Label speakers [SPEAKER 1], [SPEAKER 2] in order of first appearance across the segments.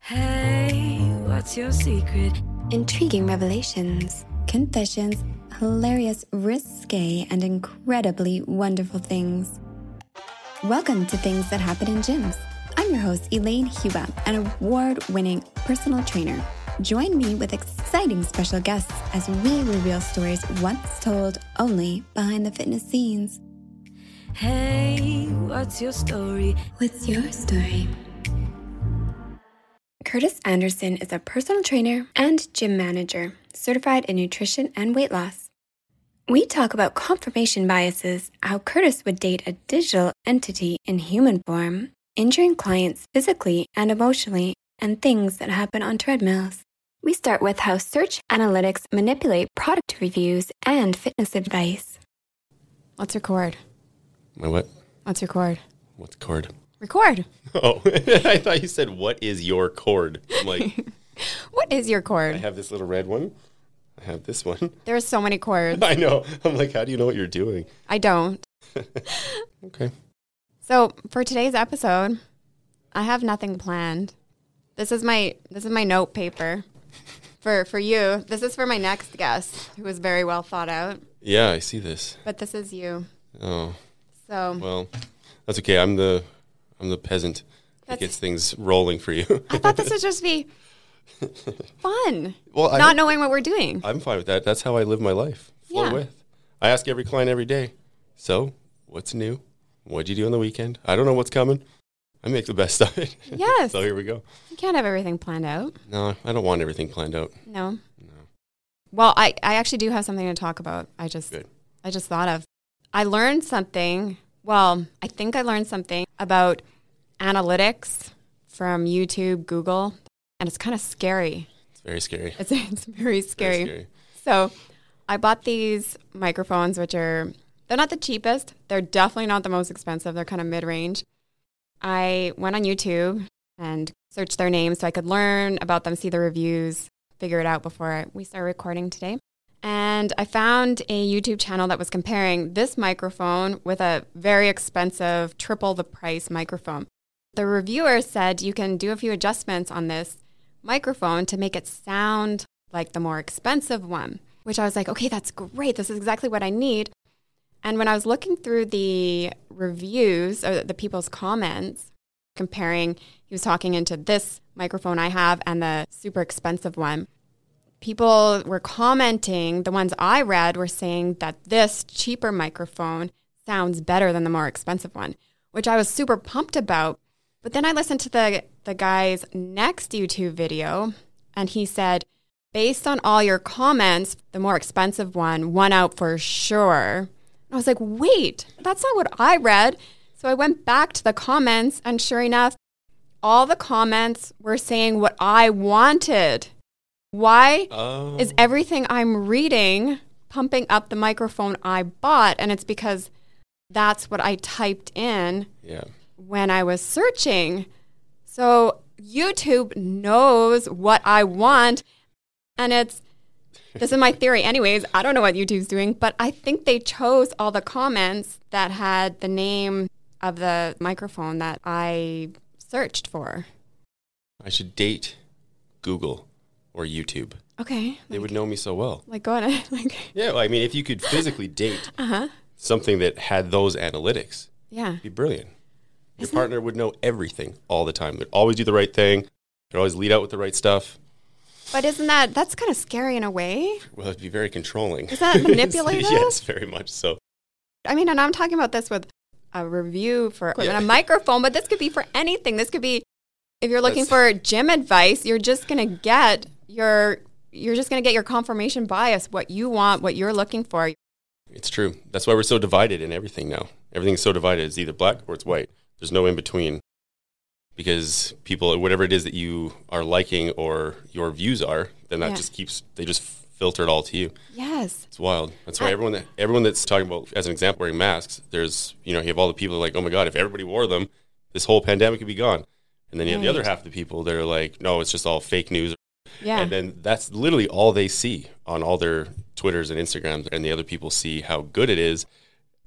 [SPEAKER 1] Hey, what's your secret?
[SPEAKER 2] Intriguing revelations, confessions, hilarious, risque, and incredibly wonderful things. Welcome to Things That Happen in Gyms. I'm your host, Elaine Huba, an award winning personal trainer. Join me with exciting special guests as we reveal stories once told only behind the fitness scenes.
[SPEAKER 1] Hey, what's your story?
[SPEAKER 2] What's your story? Curtis Anderson is a personal trainer and gym manager, certified in nutrition and weight loss. We talk about confirmation biases, how Curtis would date a digital entity in human form, injuring clients physically and emotionally, and things that happen on treadmills. We start with how search analytics manipulate product reviews and fitness advice.
[SPEAKER 3] Let's record.
[SPEAKER 4] My what?
[SPEAKER 3] Let's record.
[SPEAKER 4] What's chord?
[SPEAKER 3] Record.
[SPEAKER 4] Oh, I thought you said, what is your chord? I'm like,
[SPEAKER 3] What is your
[SPEAKER 4] I
[SPEAKER 3] chord?
[SPEAKER 4] have this little red one. I have this one.
[SPEAKER 3] There are so many chords.
[SPEAKER 4] I know. I'm like, how do you know what you're doing?
[SPEAKER 3] I don't.
[SPEAKER 4] Okay.
[SPEAKER 3] So for today's episode, I have nothing planned. This is my this is my note paper for for you. This is for my next guest, who is very well thought out.
[SPEAKER 4] Yeah, I see this.
[SPEAKER 3] But this is you.
[SPEAKER 4] Oh,
[SPEAKER 3] So
[SPEAKER 4] well, that's okay. I'm the, I'm the peasant that
[SPEAKER 3] That's-
[SPEAKER 4] gets things rolling for you.
[SPEAKER 3] I thought this would just be fun.
[SPEAKER 4] well, I,
[SPEAKER 3] Not knowing what we're doing.
[SPEAKER 4] I'm fine with that. That's how I live my life. Flow
[SPEAKER 3] Yeah.
[SPEAKER 4] with. I ask every client every day. So, what's new? What'd you do on the weekend? I don't know what's coming. I make the best of it.
[SPEAKER 3] Yes.
[SPEAKER 4] so here we go.
[SPEAKER 3] You can't have everything planned out.
[SPEAKER 4] No, I don't want everything planned out.
[SPEAKER 3] No.
[SPEAKER 4] No.
[SPEAKER 3] Well, I, I actually do have something to talk about. I just
[SPEAKER 4] Good.
[SPEAKER 3] I just thought of. I learned something. Well, I think I learned something about analytics from YouTube, Google, and it's kind of scary.
[SPEAKER 4] It's very scary.
[SPEAKER 3] It's, it's
[SPEAKER 4] Very
[SPEAKER 3] very scary. So, I bought these microphones which are they're not the cheapest. They're definitely not the most expensive. They're kind of mid-range. I went on YouTube and searched their names so I could learn about them, see the reviews, figure it out before I- we start recording today. And I found a YouTube channel that was comparing this microphone with a very expensive, triple the price microphone. The reviewer said you can do a few adjustments on this microphone to make it sound like the more expensive one, which I was like, okay, that's great. This is exactly what I need. And when I was looking through the reviews or the people's comments, comparing, he was talking into this microphone I have and the super expensive one. People were commenting, the ones I read were saying that this cheaper microphone sounds better than the more expensive one, which I was super pumped about. But then I listened to the, the guy's next YouTube video, and he said, based on all your comments, the more expensive one won out for sure. And I was like, wait, that's not what I read. So I went back to the comments, and sure enough, all the comments were saying what I wanted. Why
[SPEAKER 4] Oh.
[SPEAKER 3] is e- everything I'm reading pumping up the microphone I bought? And it's because that's what I typed in
[SPEAKER 4] yeah.
[SPEAKER 3] when I was searching. So YouTube knows what I want. And it's, this is my theory, anyways. I don't know what YouTube's doing, but I think they chose all the comments that had the name of the microphone that I searched for.
[SPEAKER 4] I should date Google or YouTube.
[SPEAKER 3] Okay.
[SPEAKER 4] They would know me so well.
[SPEAKER 3] Like, go on. Like,
[SPEAKER 4] Yeah, well, I mean, if you could physically date
[SPEAKER 3] uh huh.
[SPEAKER 4] something that had those analytics,
[SPEAKER 3] Yeah.
[SPEAKER 4] it'd be brilliant. Your partner would know everything all the time. They'd always do the right thing. They'd always lead out with the right stuff.
[SPEAKER 3] But isn't that, that's kind of scary in a way?
[SPEAKER 4] Well, it'd be very controlling.
[SPEAKER 3] Is that manipulative?
[SPEAKER 4] yes, very much so.
[SPEAKER 3] I mean, and I'm talking about this with a review for equipment, a microphone, but this could be for anything. This could be if you're looking for gym advice, you're just gonna get your you're just gonna get your confirmation bias, what you want, what you're looking for.
[SPEAKER 4] It's true. That's why we're so divided in everything now. Everything's so divided. It's either black or it's white. There's no in between because people, whatever it is that you are liking or your views are, then that
[SPEAKER 3] Yeah.
[SPEAKER 4] just keeps, they just filter it all to you.
[SPEAKER 3] Yes.
[SPEAKER 4] It's wild. That's why
[SPEAKER 3] I-
[SPEAKER 4] everyone that everyone that's talking about, as an example, wearing masks. There's you know you have all the people like, oh my god, if everybody wore them, this whole pandemic would be gone. And then you have the other
[SPEAKER 3] Right.
[SPEAKER 4] half of the people that are like, no, it's just all fake news.
[SPEAKER 3] Yeah.
[SPEAKER 4] And then that's literally all they see on all their Twitters and Instagrams, and the other people see how good it is,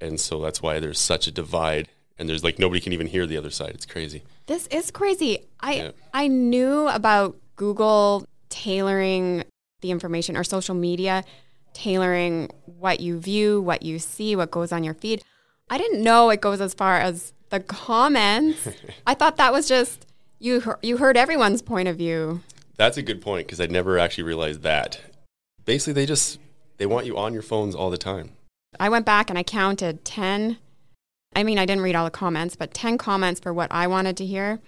[SPEAKER 4] and so that's why there's such a divide. And there's like nobody can even hear the other side. It's crazy.
[SPEAKER 3] This is crazy. I
[SPEAKER 4] Yeah.
[SPEAKER 3] I knew about Google tailoring the information or social media tailoring what you view, what you see, what goes on your feed. I didn't know it goes as far as the comments. I thought that was just you hear- you heard everyone's point of view.
[SPEAKER 4] That's a good point because I never actually realized that. Basically, they just they want you on your phones all the time.
[SPEAKER 3] I went back and I counted 10. I mean, I didn't read all the comments, but 10 comments for what I wanted to hear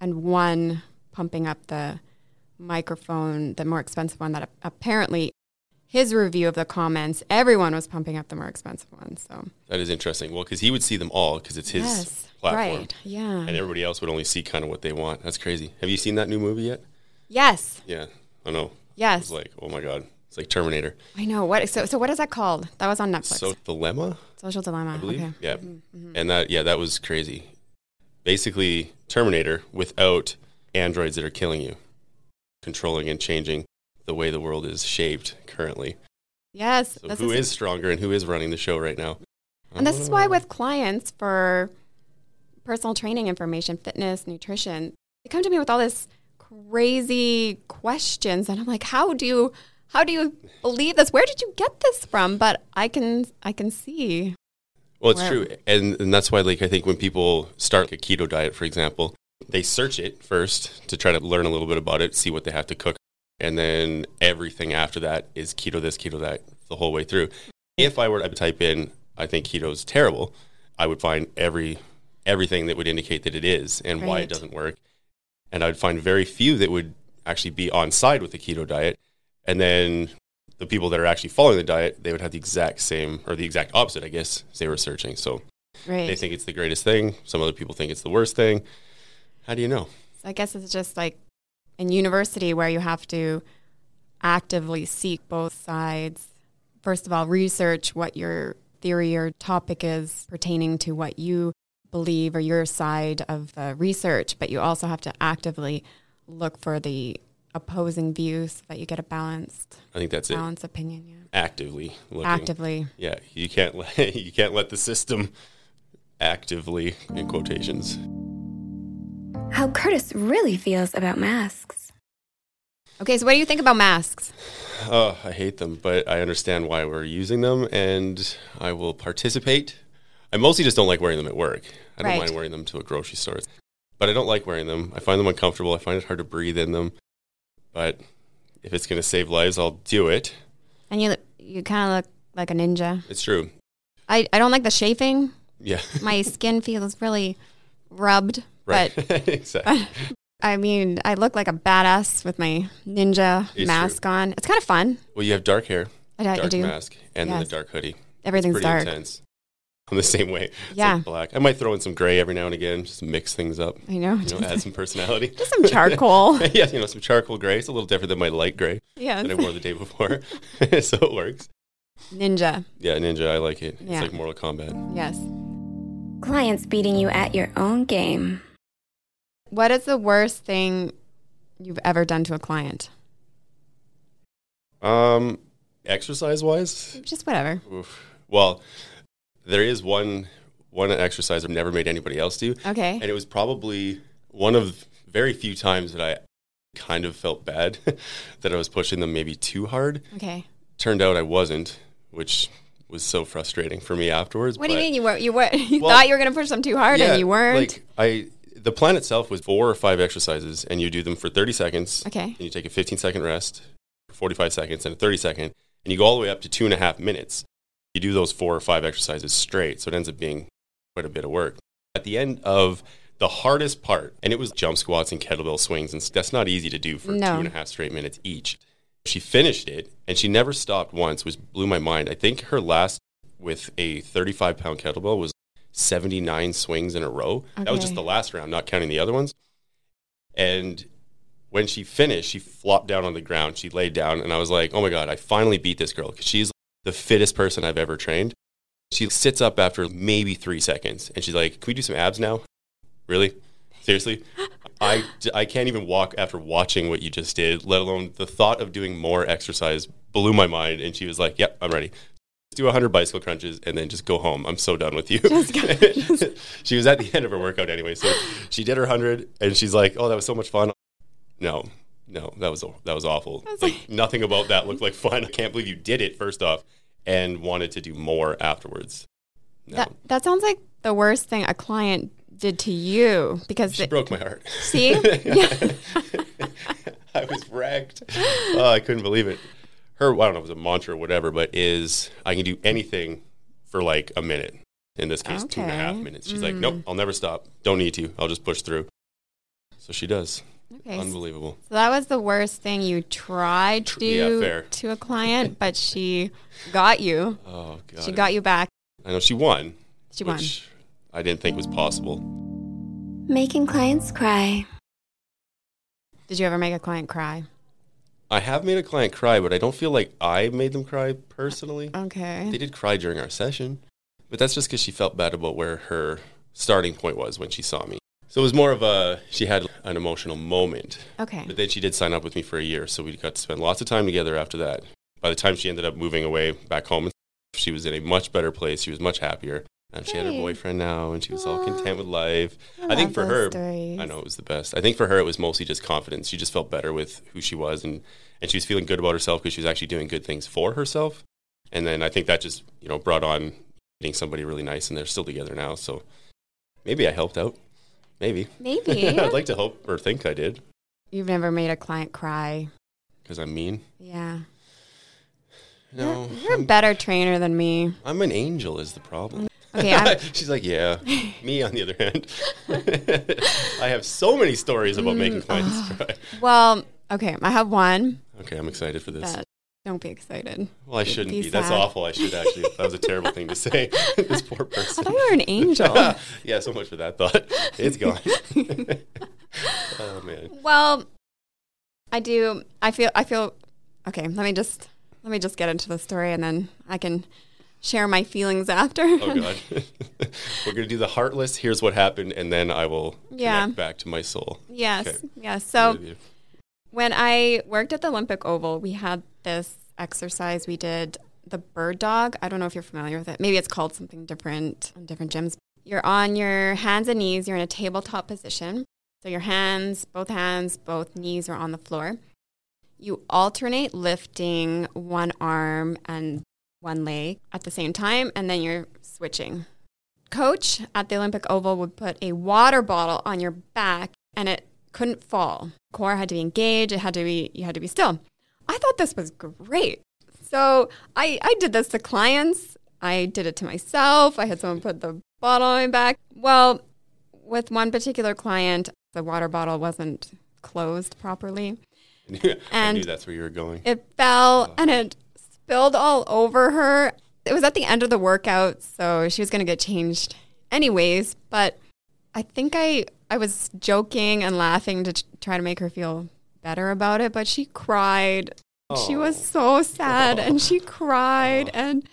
[SPEAKER 3] and one pumping up the microphone, the more expensive one that ap- apparently his review of the comments, everyone was pumping up the more expensive one. So,
[SPEAKER 4] That is interesting. Well, because he would see them all because it's his
[SPEAKER 3] yes,
[SPEAKER 4] platform,
[SPEAKER 3] right. Yeah.
[SPEAKER 4] and everybody else would only see kind of what they want. That's crazy. Have you seen that new movie yet?
[SPEAKER 3] Yes.
[SPEAKER 4] Yeah, I know.
[SPEAKER 3] Yes.
[SPEAKER 4] It's like oh my god, it's like Terminator.
[SPEAKER 3] I know. What so so what is that called? That was on Netflix.
[SPEAKER 4] So dilemma,
[SPEAKER 3] Social Dilemma.
[SPEAKER 4] I believe.
[SPEAKER 3] Uh, Okay. Mm-hmm,
[SPEAKER 4] Yeah, and that yeah that was crazy. Basically, Terminator without androids that are killing you, controlling and changing the way the world is shaped currently.
[SPEAKER 3] Yes.
[SPEAKER 4] So
[SPEAKER 3] this
[SPEAKER 4] who is stronger and who is running the show right now?
[SPEAKER 3] And this is why, with clients for personal training information, fitness, nutrition, they come to me with all this crazy questions, and I'm like, "How do you, how do you believe this? Where did you get this from?" But I can, I can see.
[SPEAKER 4] Well, it's
[SPEAKER 3] Wow.
[SPEAKER 4] true, and and that's why like I think when people start a keto diet, for example, they search it first to try to learn a little bit about it, see what they have to cook, and then everything after that is keto this, keto that, the whole way through. If I were to type in, I think keto is terrible, I would find every everything that would indicate that it is and why
[SPEAKER 3] Right.
[SPEAKER 4] it doesn't work, and I'd find very few that would actually be on side with the keto diet, and then the people that are actually following the diet, they would have the exact same or the exact opposite, I guess, as they were searching. So
[SPEAKER 3] Right.
[SPEAKER 4] they think it's the greatest thing. Some other people think it's the worst thing. How do you know?
[SPEAKER 3] So I guess it's just like in university where you have to actively seek both sides. First of all, research what your theory or topic is pertaining to what you believe or your side of the research, but you also have to actively look for the opposing views so that you get a balanced
[SPEAKER 4] I think that's it.
[SPEAKER 3] balanced opinion. Yeah.
[SPEAKER 4] Actively looking.
[SPEAKER 3] Actively.
[SPEAKER 4] Yeah, you can't let, you can't let the system actively in quotations.
[SPEAKER 2] How Curtis really feels about masks.
[SPEAKER 3] Okay, so what do you think about masks?
[SPEAKER 4] Oh, I hate them, but I understand why we're using them, and I will participate. I mostly just don't like wearing them at work. I don't
[SPEAKER 3] Right.
[SPEAKER 4] mind wearing them to a grocery store, but I don't like wearing them. I find them uncomfortable. I find it hard to breathe in them. But if it's going to save lives, I'll do it.
[SPEAKER 3] And you you kind of look like a ninja.
[SPEAKER 4] It's true.
[SPEAKER 3] I, I don't like the chafing.
[SPEAKER 4] Yeah.
[SPEAKER 3] my skin feels really rubbed.
[SPEAKER 4] Right.
[SPEAKER 3] But
[SPEAKER 4] exactly.
[SPEAKER 3] I mean, I look like a badass with my ninja
[SPEAKER 4] It's
[SPEAKER 3] mask on. It's kind of fun.
[SPEAKER 4] Well, you have dark hair,
[SPEAKER 3] I, I
[SPEAKER 4] dark
[SPEAKER 3] do.
[SPEAKER 4] mask, and then
[SPEAKER 3] Yes.
[SPEAKER 4] the dark hoodie.
[SPEAKER 3] Everything's
[SPEAKER 4] Pretty
[SPEAKER 3] dark.
[SPEAKER 4] intense. I'm the same way. It's
[SPEAKER 3] Yeah.
[SPEAKER 4] like black. I might throw in some gray every now and again, just mix things up.
[SPEAKER 3] I know.
[SPEAKER 4] You know, add some personality.
[SPEAKER 3] Just some charcoal.
[SPEAKER 4] yeah, you know, some charcoal gray. It's a little different than my light gray
[SPEAKER 3] yes.
[SPEAKER 4] that I wore the day before. so it works.
[SPEAKER 3] Ninja.
[SPEAKER 4] Yeah, Ninja, I like it.
[SPEAKER 3] Yeah.
[SPEAKER 4] It's like Mortal Kombat.
[SPEAKER 3] Yes.
[SPEAKER 2] Clients beating you at your own game.
[SPEAKER 3] What is the worst thing you've ever done to a client?
[SPEAKER 4] Um, exercise wise,
[SPEAKER 3] Just whatever.
[SPEAKER 4] oof. well, there is one one exercise I've never made anybody else do,
[SPEAKER 3] Okay.
[SPEAKER 4] and it was probably one of very few times that I kind of felt bad that I was pushing them maybe too hard.
[SPEAKER 3] Okay.
[SPEAKER 4] Turned out I wasn't, which was so frustrating for me afterwards.
[SPEAKER 3] What do you
[SPEAKER 4] but-
[SPEAKER 3] mean you were you were you
[SPEAKER 4] Well-
[SPEAKER 3] thought you were going to push them too hard and you weren't?
[SPEAKER 4] Like I, the plan itself was four or five exercises, and you do them for thirty seconds.
[SPEAKER 3] okay.
[SPEAKER 4] And you take a fifteen second rest, forty five seconds, and a thirty second, and you go all the way up to two and a half minutes. You do those four or five exercises straight, so it ends up being quite a bit of work. At the end of the hardest part, and it was jump squats and kettlebell swings, and s- that's not easy to do for
[SPEAKER 3] No.
[SPEAKER 4] two and a half straight minutes each. She finished it, and she never stopped once, which blew my mind. I think her last with a 35 pound kettlebell was 79 swings in a row. That was just
[SPEAKER 3] Okay.
[SPEAKER 4] the last round, not counting the other ones. And when she finished, she flopped down on the ground. She laid down, and I was like, oh my God, I finally beat this girl because she's the fittest person I've ever trained. She sits up after maybe three seconds and she's like, Can we do some abs now? Really? Seriously? I, I can't even walk after watching what you just did, let alone the thought of doing more exercise blew my mind. And she was like, Yep, I'm ready. do 100 bicycle crunches and then just go home. I'm so done with you.
[SPEAKER 3] Just go-
[SPEAKER 4] she was at the end of her workout anyway. So she did her 100 and she's like, oh, that was so much fun. No, no, that was, that was awful.
[SPEAKER 3] was
[SPEAKER 4] like,
[SPEAKER 3] like-
[SPEAKER 4] nothing about that looked like fun. I can't believe you did it, first off, and wanted to do more afterwards. No,
[SPEAKER 3] That, that sounds like the worst thing a client did to you because
[SPEAKER 4] she
[SPEAKER 3] it,
[SPEAKER 4] broke my heart.
[SPEAKER 3] see, yeah,
[SPEAKER 4] I was wrecked. Oh, I couldn't believe it. Her, I don't know, if it was a mantra or whatever, but is I can do anything for like a minute. In this case, two and a half
[SPEAKER 3] Okay. Mm.
[SPEAKER 4] minutes. She's like, nope, I'll never stop. Don't need to. I'll just push through. So she does.
[SPEAKER 3] okay. So
[SPEAKER 4] Unbelievable.
[SPEAKER 3] that was the worst thing you tried to
[SPEAKER 4] Yeah,
[SPEAKER 3] do
[SPEAKER 4] fair.
[SPEAKER 3] to a client, but she got you.
[SPEAKER 4] Oh god.
[SPEAKER 3] she got you back.
[SPEAKER 4] I know she won,
[SPEAKER 3] She won.
[SPEAKER 4] which I didn't think was possible.
[SPEAKER 2] Making clients cry.
[SPEAKER 3] Did you ever make a client cry?
[SPEAKER 4] I have made a client cry, but I don't feel like I made them cry personally. They
[SPEAKER 3] Okay.
[SPEAKER 4] did cry during our session, but that's just because she felt bad about where her starting point was when she saw me. So it was more of a she had an emotional moment,
[SPEAKER 3] Okay.
[SPEAKER 4] but then she did sign up with me for a year, so we got to spend lots of time together after that. By the time she ended up moving away back home, she was in a much better place. She was much happier. And she had her
[SPEAKER 3] Hey.
[SPEAKER 4] boyfriend now, and she was all
[SPEAKER 3] Aw.
[SPEAKER 4] content with life. I,
[SPEAKER 3] love
[SPEAKER 4] think for
[SPEAKER 3] those
[SPEAKER 4] her,
[SPEAKER 3] stories.
[SPEAKER 4] I know it was the best. I think for her, it was mostly just confidence. She just felt better with who she was, and and she was feeling good about herself because she was actually doing good things for herself. And then I think that just you know brought on meeting somebody really nice, and they're still together now. So maybe I helped out. Maybe.
[SPEAKER 3] Maybe
[SPEAKER 4] I'd like to hope or think I did
[SPEAKER 3] you've never made a client cry.
[SPEAKER 4] because I'm mean.
[SPEAKER 3] Yeah.
[SPEAKER 4] No,
[SPEAKER 3] You're, you're a
[SPEAKER 4] I'm,
[SPEAKER 3] better trainer than me.
[SPEAKER 4] I'm an angel is the problem.
[SPEAKER 3] Okay. I'm,
[SPEAKER 4] She's like, yeah. Me on the other hand, I have so many stories
[SPEAKER 3] Mm,
[SPEAKER 4] about making clients
[SPEAKER 3] uh-huh.
[SPEAKER 4] cry.
[SPEAKER 3] well, okay. I have one.
[SPEAKER 4] Okay, I'm excited for this.
[SPEAKER 3] That, don't be excited.
[SPEAKER 4] Well, I shouldn't
[SPEAKER 3] be
[SPEAKER 4] be. That's
[SPEAKER 3] sad.
[SPEAKER 4] awful. I should actually. That was a terrible thing to say. this poor
[SPEAKER 3] I
[SPEAKER 4] person.
[SPEAKER 3] thought you were an angel.
[SPEAKER 4] yeah, so much for that thought. It's gone. oh man.
[SPEAKER 3] well, I do. I feel. I feel. Okay. Let me just. Let me just get into the story, and then I can share my feelings after.
[SPEAKER 4] Oh god. We're gonna do the heartless. Here's what happened, and then I will
[SPEAKER 3] Yeah.
[SPEAKER 4] connect back to my soul.
[SPEAKER 3] yes.
[SPEAKER 4] Okay.
[SPEAKER 3] Yes. So
[SPEAKER 4] With you.
[SPEAKER 3] when I worked at the Olympic Oval, we had this exercise. We did the bird dog. I don't know if you're familiar with it. Maybe it's called something different on different gyms. You're on your hands and knees. You're in a tabletop position. So your hands, both hands, both knees are on the floor. You alternate lifting one arm and one leg at the same time, and then you're switching. Coach at the Olympic Oval would put a water bottle on your back and it couldn't fall. Core had to be engaged, it had to be you had to be still. I thought this was great. So I, I did this to clients. I did it to myself. I had someone put the bottle on my back. Well, with one particular client, the water bottle wasn't closed properly.
[SPEAKER 4] I knew
[SPEAKER 3] And-
[SPEAKER 4] that's where you were going.
[SPEAKER 3] It fell
[SPEAKER 4] Oh.
[SPEAKER 3] and it spilled all over her. It was at the end of the workout, so she was going to get changed anyways, but I think I I was joking and laughing to t- try to make her feel better about it, but she cried. She was
[SPEAKER 4] Oh.
[SPEAKER 3] so sad and she cried and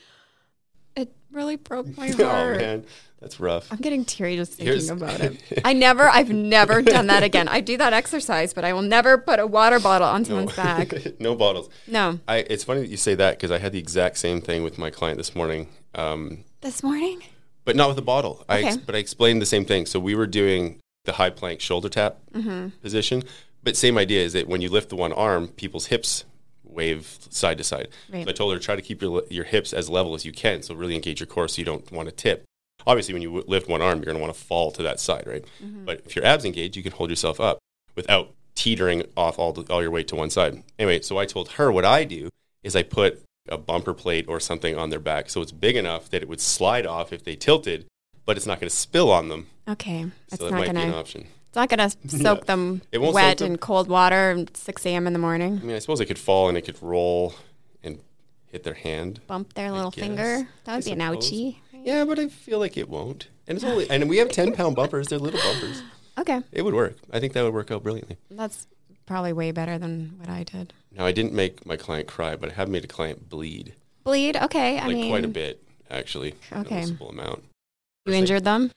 [SPEAKER 3] it really broke my
[SPEAKER 4] Oh
[SPEAKER 3] heart.
[SPEAKER 4] man, that's rough.
[SPEAKER 3] I'm getting teary just thinking
[SPEAKER 4] Here's-
[SPEAKER 3] about it. I never, I've never done that again. I do that exercise, but I will never put a water bottle on
[SPEAKER 4] No.
[SPEAKER 3] someone's back.
[SPEAKER 4] no bottles.
[SPEAKER 3] No.
[SPEAKER 4] I, it's funny that you say that because I had the exact same thing with my client this morning. Um,
[SPEAKER 3] This morning?
[SPEAKER 4] but not with a bottle. I ex-
[SPEAKER 3] Okay.
[SPEAKER 4] but I explained the same thing. So we were doing the high plank shoulder tap position, but same idea is that when you lift the one arm, people's hips wave side to side.
[SPEAKER 3] Right.
[SPEAKER 4] So I told her try to keep your your hips as level as you can, so really engage your core, so you don't want to tip. Obviously, when you w- lift one arm, you're going to want to fall to that side, right?
[SPEAKER 3] Mm-hmm.
[SPEAKER 4] But if your abs engage, you can hold yourself up without teetering off all, the, all your weight to one side. Anyway, so I told her what I do is I put a bumper plate or something on their back so it's big enough that it would slide off if they tilted, but it's not going to spill on them.
[SPEAKER 3] Okay, it's
[SPEAKER 4] so that
[SPEAKER 3] not
[SPEAKER 4] might be an
[SPEAKER 3] gonna.
[SPEAKER 4] option.
[SPEAKER 3] It's not gonna soak them
[SPEAKER 4] It won't soak
[SPEAKER 3] wet
[SPEAKER 4] them.
[SPEAKER 3] in cold water at six a.m. in the morning.
[SPEAKER 4] I mean, I suppose it could fall and it could roll and hit their hand.
[SPEAKER 3] Bump their little
[SPEAKER 4] guess.
[SPEAKER 3] finger. That
[SPEAKER 4] I
[SPEAKER 3] would be an
[SPEAKER 4] suppose.
[SPEAKER 3] ouchie.
[SPEAKER 4] Yeah, but I feel like it won't. And it's only and we have ten pound bumpers. They're little bumpers.
[SPEAKER 3] Okay,
[SPEAKER 4] It would work. I think that would work out brilliantly.
[SPEAKER 3] that's probably way better than what I did.
[SPEAKER 4] Now I didn't make my client cry, but I have made a client bleed
[SPEAKER 3] Bleed. Okay, I
[SPEAKER 4] like
[SPEAKER 3] mean,
[SPEAKER 4] quite a bit actually.
[SPEAKER 3] Okay.
[SPEAKER 4] noticeable amount.
[SPEAKER 3] you injured them.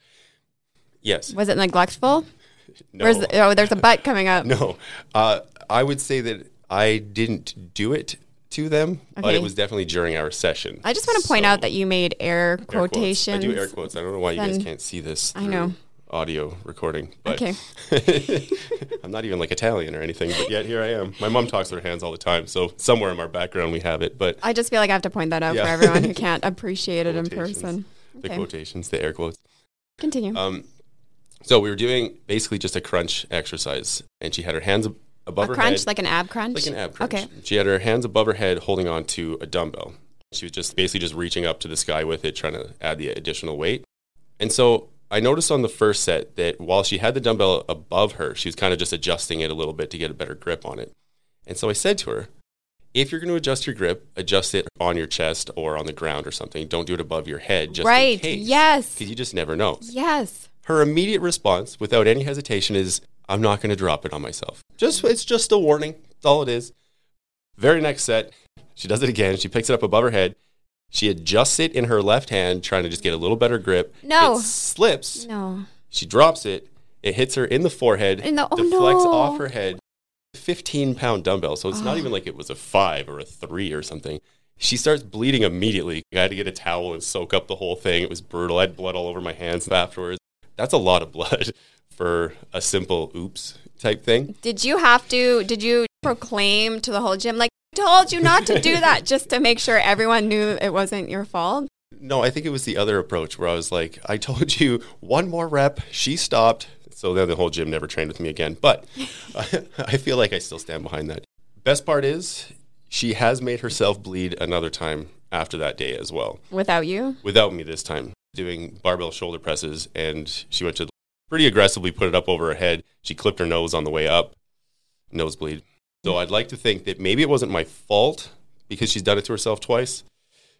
[SPEAKER 4] Yes.
[SPEAKER 3] Was it neglectful?
[SPEAKER 4] No.
[SPEAKER 3] Where's oh, there's a butt coming up.
[SPEAKER 4] No, uh, I would say that I didn't do it to them, but
[SPEAKER 3] Okay.
[SPEAKER 4] it was definitely during our session.
[SPEAKER 3] I just want to point
[SPEAKER 4] So-
[SPEAKER 3] out that you made air
[SPEAKER 4] Air quotes.
[SPEAKER 3] quotations.
[SPEAKER 4] I do air quotes. I don't know why you guys
[SPEAKER 3] Then-
[SPEAKER 4] can't see this.
[SPEAKER 3] I know.
[SPEAKER 4] through Audio recording, but
[SPEAKER 3] Okay.
[SPEAKER 4] I'm not even like Italian or anything, but yet here I am. My mom talks with her hands all the time, so somewhere in our background we have it. But
[SPEAKER 3] I just feel like I have to point that out
[SPEAKER 4] Yeah.
[SPEAKER 3] for everyone who can't appreciate it in
[SPEAKER 4] Quotations.
[SPEAKER 3] person.
[SPEAKER 4] the
[SPEAKER 3] Okay.
[SPEAKER 4] quotations, the air quotes.
[SPEAKER 3] Continue.
[SPEAKER 4] Um, so we were doing basically just a crunch exercise, and she had her hands ab- above
[SPEAKER 3] a
[SPEAKER 4] her
[SPEAKER 3] crunch,
[SPEAKER 4] head,
[SPEAKER 3] like an ab crunch.
[SPEAKER 4] like an ab crunch.
[SPEAKER 3] Okay.
[SPEAKER 4] She had her hands above her head, holding on to a dumbbell. She was just basically just reaching up to the sky with it, trying to add the additional weight. And so I noticed on the first set that while she had the dumbbell above her, she was kind of just adjusting it a little bit to get a better grip on it. And so I said to her, if you're going to adjust your grip, adjust it on your chest or on the ground or something. Don't do it above your head. Just in
[SPEAKER 3] Right.
[SPEAKER 4] case,
[SPEAKER 3] Yes.
[SPEAKER 4] 'cause you just never know.
[SPEAKER 3] Yes.
[SPEAKER 4] Her immediate response, without any hesitation, is, "I'm not going to drop it on myself. Just it's just a warning. That's all it is." Very next set, she does it again. She picks it up above her head. She adjusts it in her left hand, trying to just get a little better grip.
[SPEAKER 3] No.
[SPEAKER 4] it slips.
[SPEAKER 3] No.
[SPEAKER 4] She drops it. It hits her in the forehead.
[SPEAKER 3] In the- oh,
[SPEAKER 4] deflects
[SPEAKER 3] no.
[SPEAKER 4] off her head. Fifteen pound dumbbell. So it's not
[SPEAKER 3] Oh.
[SPEAKER 4] even like it was a five or a three or something. She starts bleeding immediately. I had to get a towel and soak up the whole thing. It was brutal. I had blood all over my hands afterwards. That's a lot of blood for a simple oops type thing.
[SPEAKER 3] Did you have to? Did you proclaim to the whole gym like? "I Told you not to do that, just to make sure everyone knew it wasn't your fault.
[SPEAKER 4] No, I think it was the other approach where I was like, I told you one more rep. She stopped. So then the whole gym never trained with me again. But I feel like I still stand behind that. Best part is she has made herself bleed another time after that day as well.
[SPEAKER 3] Without you,
[SPEAKER 4] without me this time, doing barbell shoulder presses, and she went to pretty aggressively put it up over her head. She clipped her nose on the way up, nosebleed. So I'd like to think that maybe it wasn't my fault because she's done it to herself twice,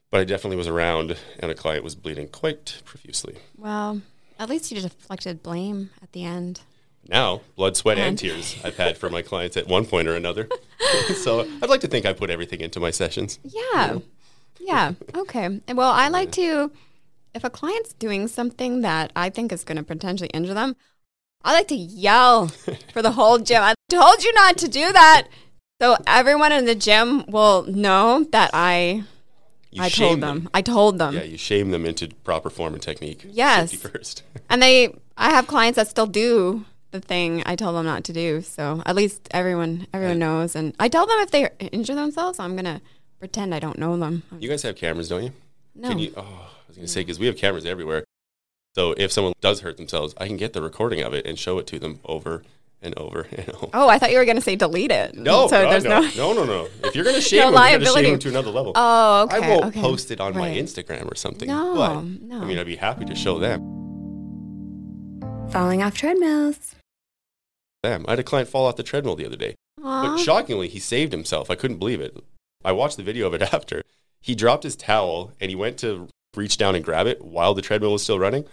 [SPEAKER 4] but I definitely was around, and a client was bleeding quite profusely.
[SPEAKER 3] well, at least you deflected blame at the end.
[SPEAKER 4] Now, blood, sweat,
[SPEAKER 3] Man.
[SPEAKER 4] and tears I've had for my clients at one point or another. so I'd like to think I put everything into my sessions.
[SPEAKER 3] Yeah. Yeah. Okay. And Well, I like to, if a client's doing something that I think is going to potentially injure them, I like to yell for the whole gym. I told you not to do that. So everyone in the gym will know that I
[SPEAKER 4] You
[SPEAKER 3] I
[SPEAKER 4] shame
[SPEAKER 3] told them. I told them.
[SPEAKER 4] Yeah, you shame them into proper form and technique.
[SPEAKER 3] Yes.
[SPEAKER 4] Safety first.
[SPEAKER 3] And they I have clients that still do the thing I tell them not to do. So at least everyone everyone knows and I tell them if they injure themselves, I'm going to pretend I don't know them.
[SPEAKER 4] You guys have cameras, don't you?
[SPEAKER 3] No.
[SPEAKER 4] Can you? Oh, I was gonna say because we have cameras everywhere. So if someone does hurt themselves, I can get the recording of it and show it to them over and over and over.
[SPEAKER 3] Oh, I thought you were going to say delete it.
[SPEAKER 4] No,
[SPEAKER 3] so
[SPEAKER 4] no,
[SPEAKER 3] there's
[SPEAKER 4] no,
[SPEAKER 3] no.
[SPEAKER 4] no, no, no. If you're gonna shame them, you're gonna
[SPEAKER 3] liability.
[SPEAKER 4] shame them to another level.
[SPEAKER 3] Oh, okay.
[SPEAKER 4] I won't
[SPEAKER 3] okay.
[SPEAKER 4] post it on my
[SPEAKER 3] Right.
[SPEAKER 4] Instagram or something.
[SPEAKER 3] No,
[SPEAKER 4] but,
[SPEAKER 3] no.
[SPEAKER 4] I mean, I'd be happy to show them.
[SPEAKER 2] Falling off treadmills.
[SPEAKER 4] Them. I had a client fall off the treadmill the other day,
[SPEAKER 3] Aw.
[SPEAKER 4] but shockingly, he saved himself. I couldn't believe it. I watched the video of it after. He dropped his towel and he went to reach down and grab it while the treadmill was still running.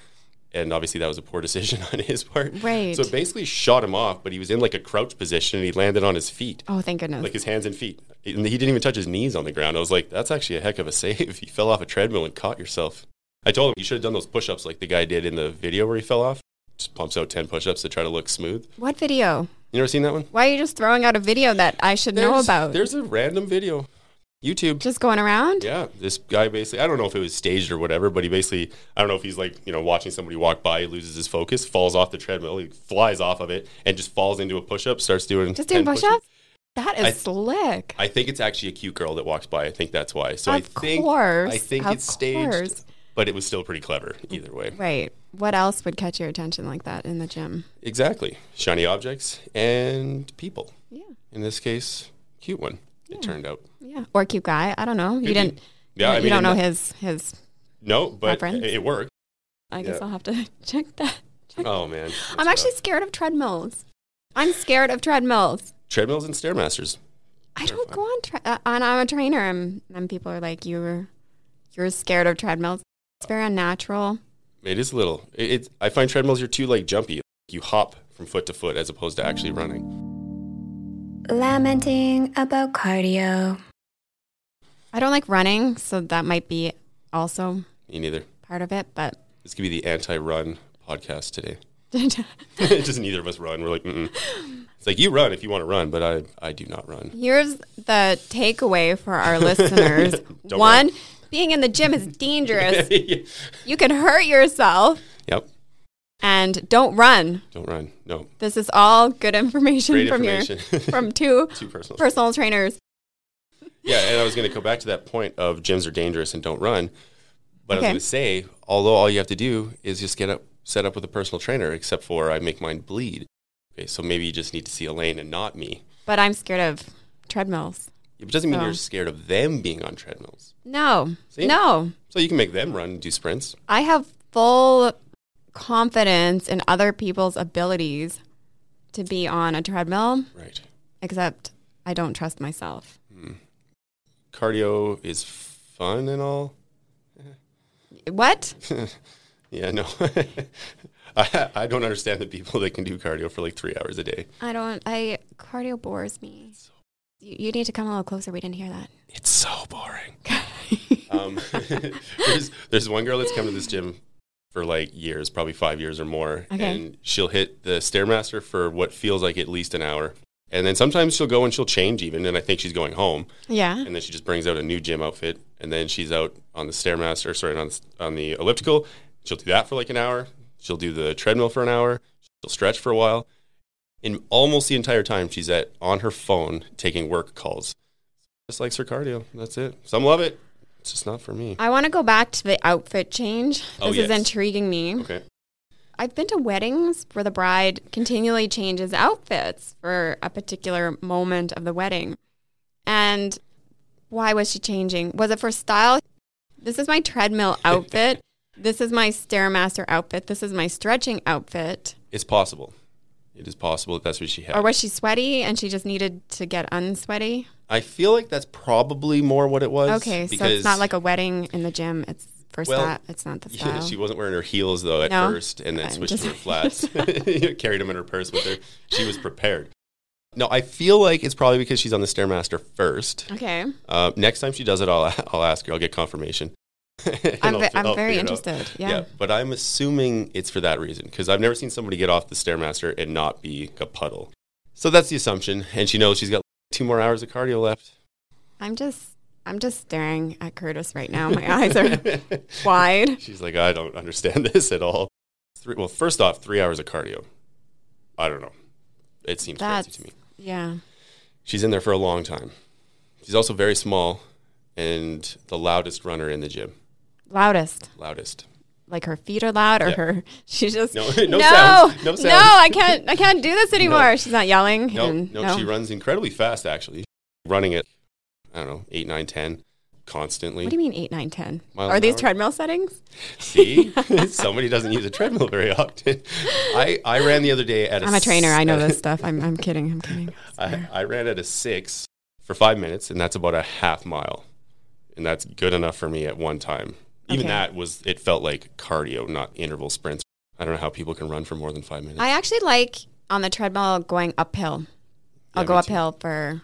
[SPEAKER 4] And obviously, that was a poor decision on his part.
[SPEAKER 3] Right.
[SPEAKER 4] So it basically shot him off, but he was in like a crouch position and he landed on his feet,
[SPEAKER 3] oh, thank goodness.
[SPEAKER 4] like his hands and feet. And he didn't even touch his knees on the ground. I was like, that's actually a heck of a save. You fell off a treadmill and caught yourself. I told him you should have done those push ups like the guy did in the video where he fell off. Just pumps out 10 push ups to try to look smooth.
[SPEAKER 3] what video?
[SPEAKER 4] You never seen that one?
[SPEAKER 3] Why are you just throwing out a video that I should know
[SPEAKER 4] There's-
[SPEAKER 3] about?
[SPEAKER 4] There's a random video, YouTube.
[SPEAKER 3] Just going around?
[SPEAKER 4] Yeah, this guy basically, I don't know if it was staged or whatever, but he basically, I don't know if he's like, you know, watching somebody walk by, he loses his focus, falls off the treadmill, he flies off of it, and just falls into a push up, starts doing
[SPEAKER 3] Just doing
[SPEAKER 4] 10
[SPEAKER 3] push ups? That is
[SPEAKER 4] I-
[SPEAKER 3] slick.
[SPEAKER 4] I think it's actually a cute girl that walks by. I think that's why. So I
[SPEAKER 3] Of
[SPEAKER 4] think,
[SPEAKER 3] course,
[SPEAKER 4] I think
[SPEAKER 3] of
[SPEAKER 4] it's staged,
[SPEAKER 3] course.
[SPEAKER 4] but it was still pretty clever either way.
[SPEAKER 3] right. What else would catch your attention like that in the gym?
[SPEAKER 4] Exactly. Shiny objects and people.
[SPEAKER 3] Yeah.
[SPEAKER 4] In this case, cute one,
[SPEAKER 3] Hmm.
[SPEAKER 4] it turned out.
[SPEAKER 3] Yeah. Or cute guy. I don't know.
[SPEAKER 4] Could
[SPEAKER 3] you
[SPEAKER 4] be.
[SPEAKER 3] didn't.
[SPEAKER 4] Yeah,
[SPEAKER 3] you,
[SPEAKER 4] I
[SPEAKER 3] you
[SPEAKER 4] mean,
[SPEAKER 3] don't know
[SPEAKER 4] and-
[SPEAKER 3] his his.
[SPEAKER 4] No, but
[SPEAKER 3] Preference?
[SPEAKER 4] it worked.
[SPEAKER 3] I guess
[SPEAKER 4] Yeah.
[SPEAKER 3] I'll have to check that. Check.
[SPEAKER 4] Oh, man.
[SPEAKER 3] I'm
[SPEAKER 4] That's
[SPEAKER 3] actually
[SPEAKER 4] rough.
[SPEAKER 3] scared of treadmills. I'm scared of treadmills.
[SPEAKER 4] Treadmills and Stairmasters.
[SPEAKER 3] I don't go on. Tra- uh, and I'm a trainer, and, and people are like, "You're, you're scared of treadmills. It's very unnatural."
[SPEAKER 4] It is a little. It, it's I find treadmills are too like jumpy. You hop from foot to foot as opposed to actually running.
[SPEAKER 2] Lamenting about cardio.
[SPEAKER 3] I don't like running, so that might be also
[SPEAKER 4] Me neither.
[SPEAKER 3] part of it. But
[SPEAKER 4] This could be the anti-run podcast today.
[SPEAKER 3] I
[SPEAKER 4] Just neither of us run. We're like, mm It's like you run if you want to run, but I, I do not run.
[SPEAKER 3] Here's the takeaway for our listeners.
[SPEAKER 4] Don't
[SPEAKER 3] One, being in the gym is dangerous.
[SPEAKER 4] yep.
[SPEAKER 3] you can hurt yourself and don't run.
[SPEAKER 4] Don't run. No.
[SPEAKER 3] This is all good information
[SPEAKER 4] Great
[SPEAKER 3] from
[SPEAKER 4] information.
[SPEAKER 3] your from two
[SPEAKER 4] Too personal.
[SPEAKER 3] personal trainers.
[SPEAKER 4] yeah, and I was going to go back to that point of gyms are dangerous and don't run. But
[SPEAKER 3] Okay.
[SPEAKER 4] I was going to say, although all you have to do is just get up, set up with a personal trainer, except for I make mine bleed. Okay, so maybe you just need to see Elaine and not me.
[SPEAKER 3] But I'm scared of treadmills.
[SPEAKER 4] It doesn't mean
[SPEAKER 3] No.
[SPEAKER 4] you're scared of them being on treadmills.
[SPEAKER 3] No.
[SPEAKER 4] See?
[SPEAKER 3] No.
[SPEAKER 4] So you can make them run and do sprints.
[SPEAKER 3] I have full confidence in other people's abilities to be on a treadmill,
[SPEAKER 4] Right.
[SPEAKER 3] except I don't trust myself.
[SPEAKER 4] Cardio is fun and all.
[SPEAKER 3] What?
[SPEAKER 4] Yeah, no. I, I don't understand the people that can do cardio for like three hours a day.
[SPEAKER 3] I don't. I cardio bores me. You, you need to come a little closer. We didn't hear that.
[SPEAKER 4] It's so boring. um, there's, there's one girl that's come to this gym for like years, probably five years or more.
[SPEAKER 3] Okay.
[SPEAKER 4] And she'll hit the Stairmaster for what feels like at least an hour. And then sometimes she'll go and she'll change even. And I think she's going home.
[SPEAKER 3] Yeah.
[SPEAKER 4] And then she just brings out a new gym outfit. And then she's out on the Stairmaster, sorry, on, on the elliptical. She'll do that for like an hour. She'll do the treadmill for an hour. She'll stretch for a while. And almost the entire time, she's at on her phone taking work calls. Just likes her cardio. That's it. Some love it. It's just not for me.
[SPEAKER 3] I want to go back to the outfit change. This
[SPEAKER 4] Oh,
[SPEAKER 3] is
[SPEAKER 4] yes.
[SPEAKER 3] intriguing me.
[SPEAKER 4] Okay.
[SPEAKER 3] I've been to weddings where the bride continually changes outfits for a particular moment of the wedding. And why was she changing? Was it for style? This is my treadmill outfit. this is my Stairmaster outfit. This is my stretching outfit.
[SPEAKER 4] It's possible. It is possible that that's what she had.
[SPEAKER 3] Or was she sweaty and she just needed to get unsweaty?
[SPEAKER 4] I feel like that's probably more what it was.
[SPEAKER 3] Okay, so it's not like a wedding in the gym. It's for
[SPEAKER 4] Well,
[SPEAKER 3] style. It's not the
[SPEAKER 4] Yeah,
[SPEAKER 3] style.
[SPEAKER 4] she wasn't wearing her heels though at
[SPEAKER 3] No.
[SPEAKER 4] first, and then
[SPEAKER 3] I'm
[SPEAKER 4] switched
[SPEAKER 3] just-
[SPEAKER 4] to her flats. Carried them in her purse with her. She was prepared. No, I feel like it's probably because she's on the stairmaster first.
[SPEAKER 3] okay,
[SPEAKER 4] Uh, next time she does it, I'll I'll ask her. I'll get confirmation. And
[SPEAKER 3] I'm,
[SPEAKER 4] I'll
[SPEAKER 3] ve-
[SPEAKER 4] fi-
[SPEAKER 3] I'm
[SPEAKER 4] I'll
[SPEAKER 3] very
[SPEAKER 4] figure it out.
[SPEAKER 3] interested. Yeah.
[SPEAKER 4] but I'm assuming it's for that reason because I've never seen somebody get off the stairmaster and not be a puddle. So that's the assumption, and she knows she's got two more hours of cardio left.
[SPEAKER 3] I'm just I'm just staring at Curtis right now. My eyes are wide.
[SPEAKER 4] She's like, I don't understand this at all. Three, well, first off, three hours of cardio. I don't know. It seems
[SPEAKER 3] That's
[SPEAKER 4] crazy to me.
[SPEAKER 3] yeah.
[SPEAKER 4] She's in there for a long time. She's also very small and the loudest runner in the gym.
[SPEAKER 3] Loudest.
[SPEAKER 4] Loudest.
[SPEAKER 3] Like her feet are loud or
[SPEAKER 4] Yeah.
[SPEAKER 3] her she's just
[SPEAKER 4] No- no sounds. No
[SPEAKER 3] no,
[SPEAKER 4] sounds.
[SPEAKER 3] I can't I can't do this anymore. She's not yelling.
[SPEAKER 4] No,
[SPEAKER 3] and
[SPEAKER 4] no, she runs incredibly fast, actually. Running at, I don't know, 8, 9, 10 constantly.
[SPEAKER 3] What do you mean eight, nine, ten?
[SPEAKER 4] Mile
[SPEAKER 3] Are
[SPEAKER 4] an
[SPEAKER 3] these
[SPEAKER 4] hour.
[SPEAKER 3] treadmill settings?
[SPEAKER 4] See? Somebody doesn't use a treadmill very often. I, I ran the other day at a
[SPEAKER 3] I'm a trainer. I know
[SPEAKER 4] s-
[SPEAKER 3] this stuff. I'm I'm kidding. I'm kidding.
[SPEAKER 4] I, I ran at a six for five minutes, and that's about a half mile, and that's good enough for me at one time. Even
[SPEAKER 3] Okay.
[SPEAKER 4] that was it felt like cardio, not interval sprints. I don't know how people can run for more than five minutes.
[SPEAKER 3] I actually like on the treadmill going uphill. I'll
[SPEAKER 4] Yeah,
[SPEAKER 3] go
[SPEAKER 4] me too.
[SPEAKER 3] uphill for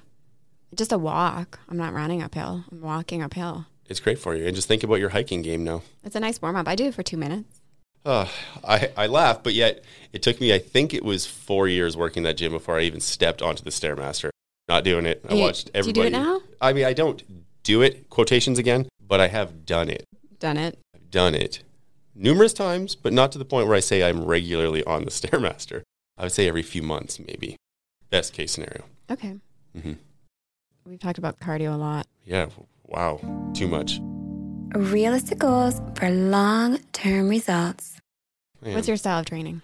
[SPEAKER 3] just a walk. I'm not running uphill. I'm walking uphill.
[SPEAKER 4] It's great for you, and just think about your hiking game now.
[SPEAKER 3] It's a nice warm up. I do it for two minutes.
[SPEAKER 4] Uh, I I laugh, but yet it took me. I think it was four years working that gym before I even stepped onto the stairmaster. Not doing it. I
[SPEAKER 3] You-
[SPEAKER 4] watched
[SPEAKER 3] do you do
[SPEAKER 4] everybody.
[SPEAKER 3] it now?
[SPEAKER 4] I mean, I don't do it quotations again, but I have done it.
[SPEAKER 3] Done it.
[SPEAKER 4] done it numerous times, but not to the point where I say I'm regularly on the Stairmaster. I would say every few months, maybe. Best case scenario.
[SPEAKER 3] Okay.
[SPEAKER 4] Mhm.
[SPEAKER 3] We've talked about cardio a lot.
[SPEAKER 4] Yeah. w- Wow. Too much.
[SPEAKER 2] Realistic goals for long term results.
[SPEAKER 4] Man.
[SPEAKER 3] What's your style of training?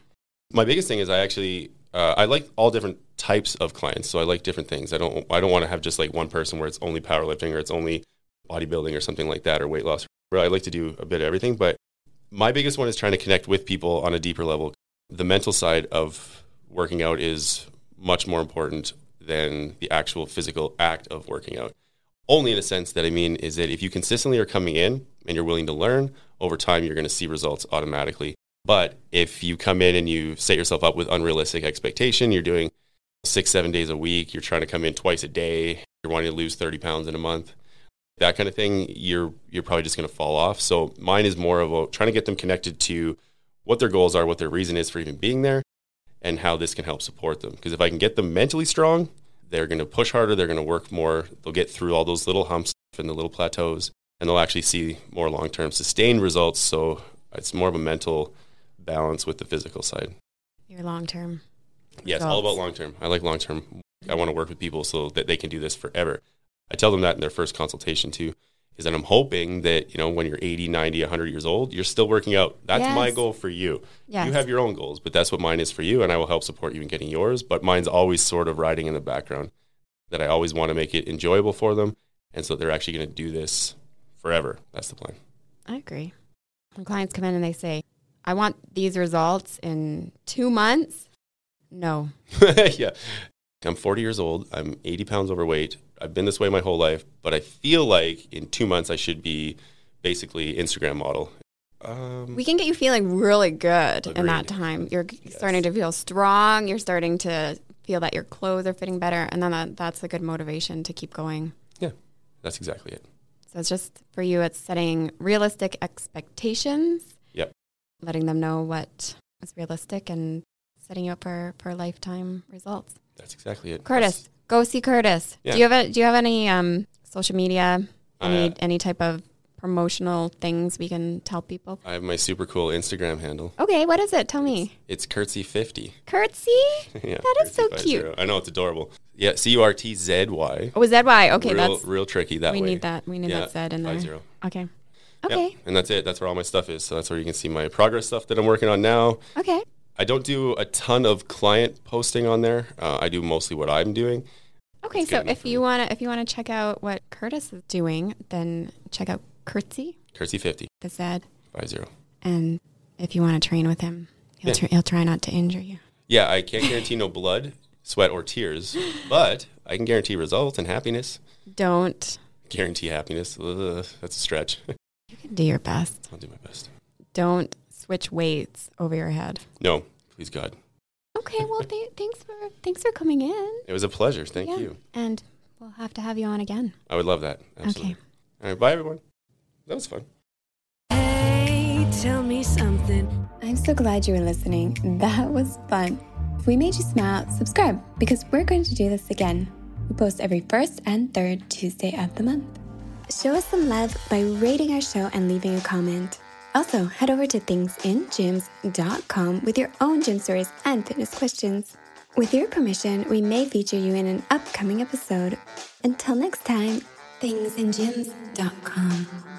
[SPEAKER 4] My biggest thing is I actually uh, I like all different types of clients, so I like different things. I don't I don't want to have just like one person where it's only powerlifting or it's only bodybuilding or something like that or weight loss. Where I like to do a bit of everything, but my biggest one is trying to connect with people on a deeper level. The mental side of working out is much more important than the actual physical act of working out. Only in a sense that I mean is that if you consistently are coming in and you're willing to learn, over time you're going to see results automatically. But if you come in and you set yourself up with unrealistic expectation, you're doing six, seven days a week, you're trying to come in twice a day, you're wanting to lose 30 pounds in a month, that kind of thing, you're you're probably just going to fall off. So mine is more of a, trying to get them connected to what their goals are, what their reason is for even being there, and how this can help support them. Because if I can get them mentally strong, they're going to push harder, they're going to work more, they'll get through all those little humps and the little plateaus, and they'll actually see more long term sustained results. So it's more of a mental balance with the physical side.
[SPEAKER 3] Your long term.
[SPEAKER 4] Yeah, it's all about long term. I like long term. I want to work with people so that they can do this forever. I tell them that in their first consultation too, is that I'm hoping that, you know, when you're 80, 90, 100 years old, you're still working out. That's my
[SPEAKER 3] Yes.
[SPEAKER 4] goal for you.
[SPEAKER 3] Yes.
[SPEAKER 4] You have your own goals, but that's what mine is for you. And I will help support you in getting yours. But mine's always sort of riding in the background that I always want to make it enjoyable for them. And so they're actually going to do this forever. That's the plan.
[SPEAKER 3] I agree. When clients come in and they say, I want these results in two months. No.
[SPEAKER 4] yeah. I'm 40 years old. I'm 80 pounds overweight. I've been this way my whole life, but I feel like in two months I should be basically Instagram model. Um,
[SPEAKER 3] We can get you feeling really good in that
[SPEAKER 4] Agreed.
[SPEAKER 3] time. You're
[SPEAKER 4] Yes.
[SPEAKER 3] starting to feel strong. You're starting to feel that your clothes are fitting better. And then that, that's a good motivation to keep going.
[SPEAKER 4] yeah, that's exactly it.
[SPEAKER 3] So it's just for you, it's setting realistic expectations.
[SPEAKER 4] Yep.
[SPEAKER 3] Letting them know what is realistic and setting you up for, for lifetime results.
[SPEAKER 4] That's exactly it.
[SPEAKER 3] Curtis, go see Curtis.
[SPEAKER 4] Yeah.
[SPEAKER 3] Do you have a, do you have any um, social media, any
[SPEAKER 4] Uh,
[SPEAKER 3] any type of promotional things we can tell people?
[SPEAKER 4] I have my super cool Instagram handle.
[SPEAKER 3] Okay, what is it? Tell me.
[SPEAKER 4] It's curtsy50.
[SPEAKER 3] Curtsy?
[SPEAKER 4] yeah,
[SPEAKER 3] That is so
[SPEAKER 4] 50.
[SPEAKER 3] cute.
[SPEAKER 4] I know it's adorable. Yeah, C U R T Z Y.
[SPEAKER 3] Oh, is that why? Okay,
[SPEAKER 4] real,
[SPEAKER 3] that's
[SPEAKER 4] real tricky that
[SPEAKER 3] we
[SPEAKER 4] way.
[SPEAKER 3] need that. We need that said in there.
[SPEAKER 4] five zero.
[SPEAKER 3] Okay.
[SPEAKER 4] Yep.
[SPEAKER 3] Okay.
[SPEAKER 4] And that's it. That's where all my stuff is. So that's where you can see my progress stuff that I'm working on now.
[SPEAKER 3] Okay.
[SPEAKER 4] I don't do a ton of client posting on there. Uh, I do mostly what I'm doing.
[SPEAKER 3] Okay,
[SPEAKER 4] That's
[SPEAKER 3] so
[SPEAKER 4] good enough
[SPEAKER 3] if
[SPEAKER 4] for
[SPEAKER 3] you
[SPEAKER 4] me.
[SPEAKER 3] wanna if you wanna check out what Curtis is doing, then check out Curtsy,
[SPEAKER 4] Curtsy 50,
[SPEAKER 3] the Zed,
[SPEAKER 4] 50.
[SPEAKER 3] and if you wanna train with him, he'll
[SPEAKER 4] Yeah.
[SPEAKER 3] tr- he'll try not to injure you.
[SPEAKER 4] Yeah, I can't guarantee no blood, sweat, or tears, but I can guarantee results and happiness.
[SPEAKER 3] Don't
[SPEAKER 4] Guarantee happiness. Ugh, that's a stretch.
[SPEAKER 3] you can do your best.
[SPEAKER 4] I'll do my best.
[SPEAKER 3] Don't switch weights over your head.
[SPEAKER 4] No, please God.
[SPEAKER 3] Okay, well, th- thanks for thanks for coming in.
[SPEAKER 4] It was a pleasure. Thank
[SPEAKER 3] Yeah,
[SPEAKER 4] you.
[SPEAKER 3] And we'll have to have you on again.
[SPEAKER 4] I would love that. Absolutely.
[SPEAKER 3] Okay.
[SPEAKER 4] All right. Bye, everyone. That was fun.
[SPEAKER 1] Hey, tell me something.
[SPEAKER 2] I'm so glad you were listening. That was fun. If we made you smile, subscribe because we're going to do this again. We post every first and third Tuesday of the month. Show us some love by rating our show and leaving a comment. Also, head over to thingsingyms.com with your own gym stories and fitness questions. With your permission, we may feature you in an upcoming episode. Until next time, thingsingyms.com.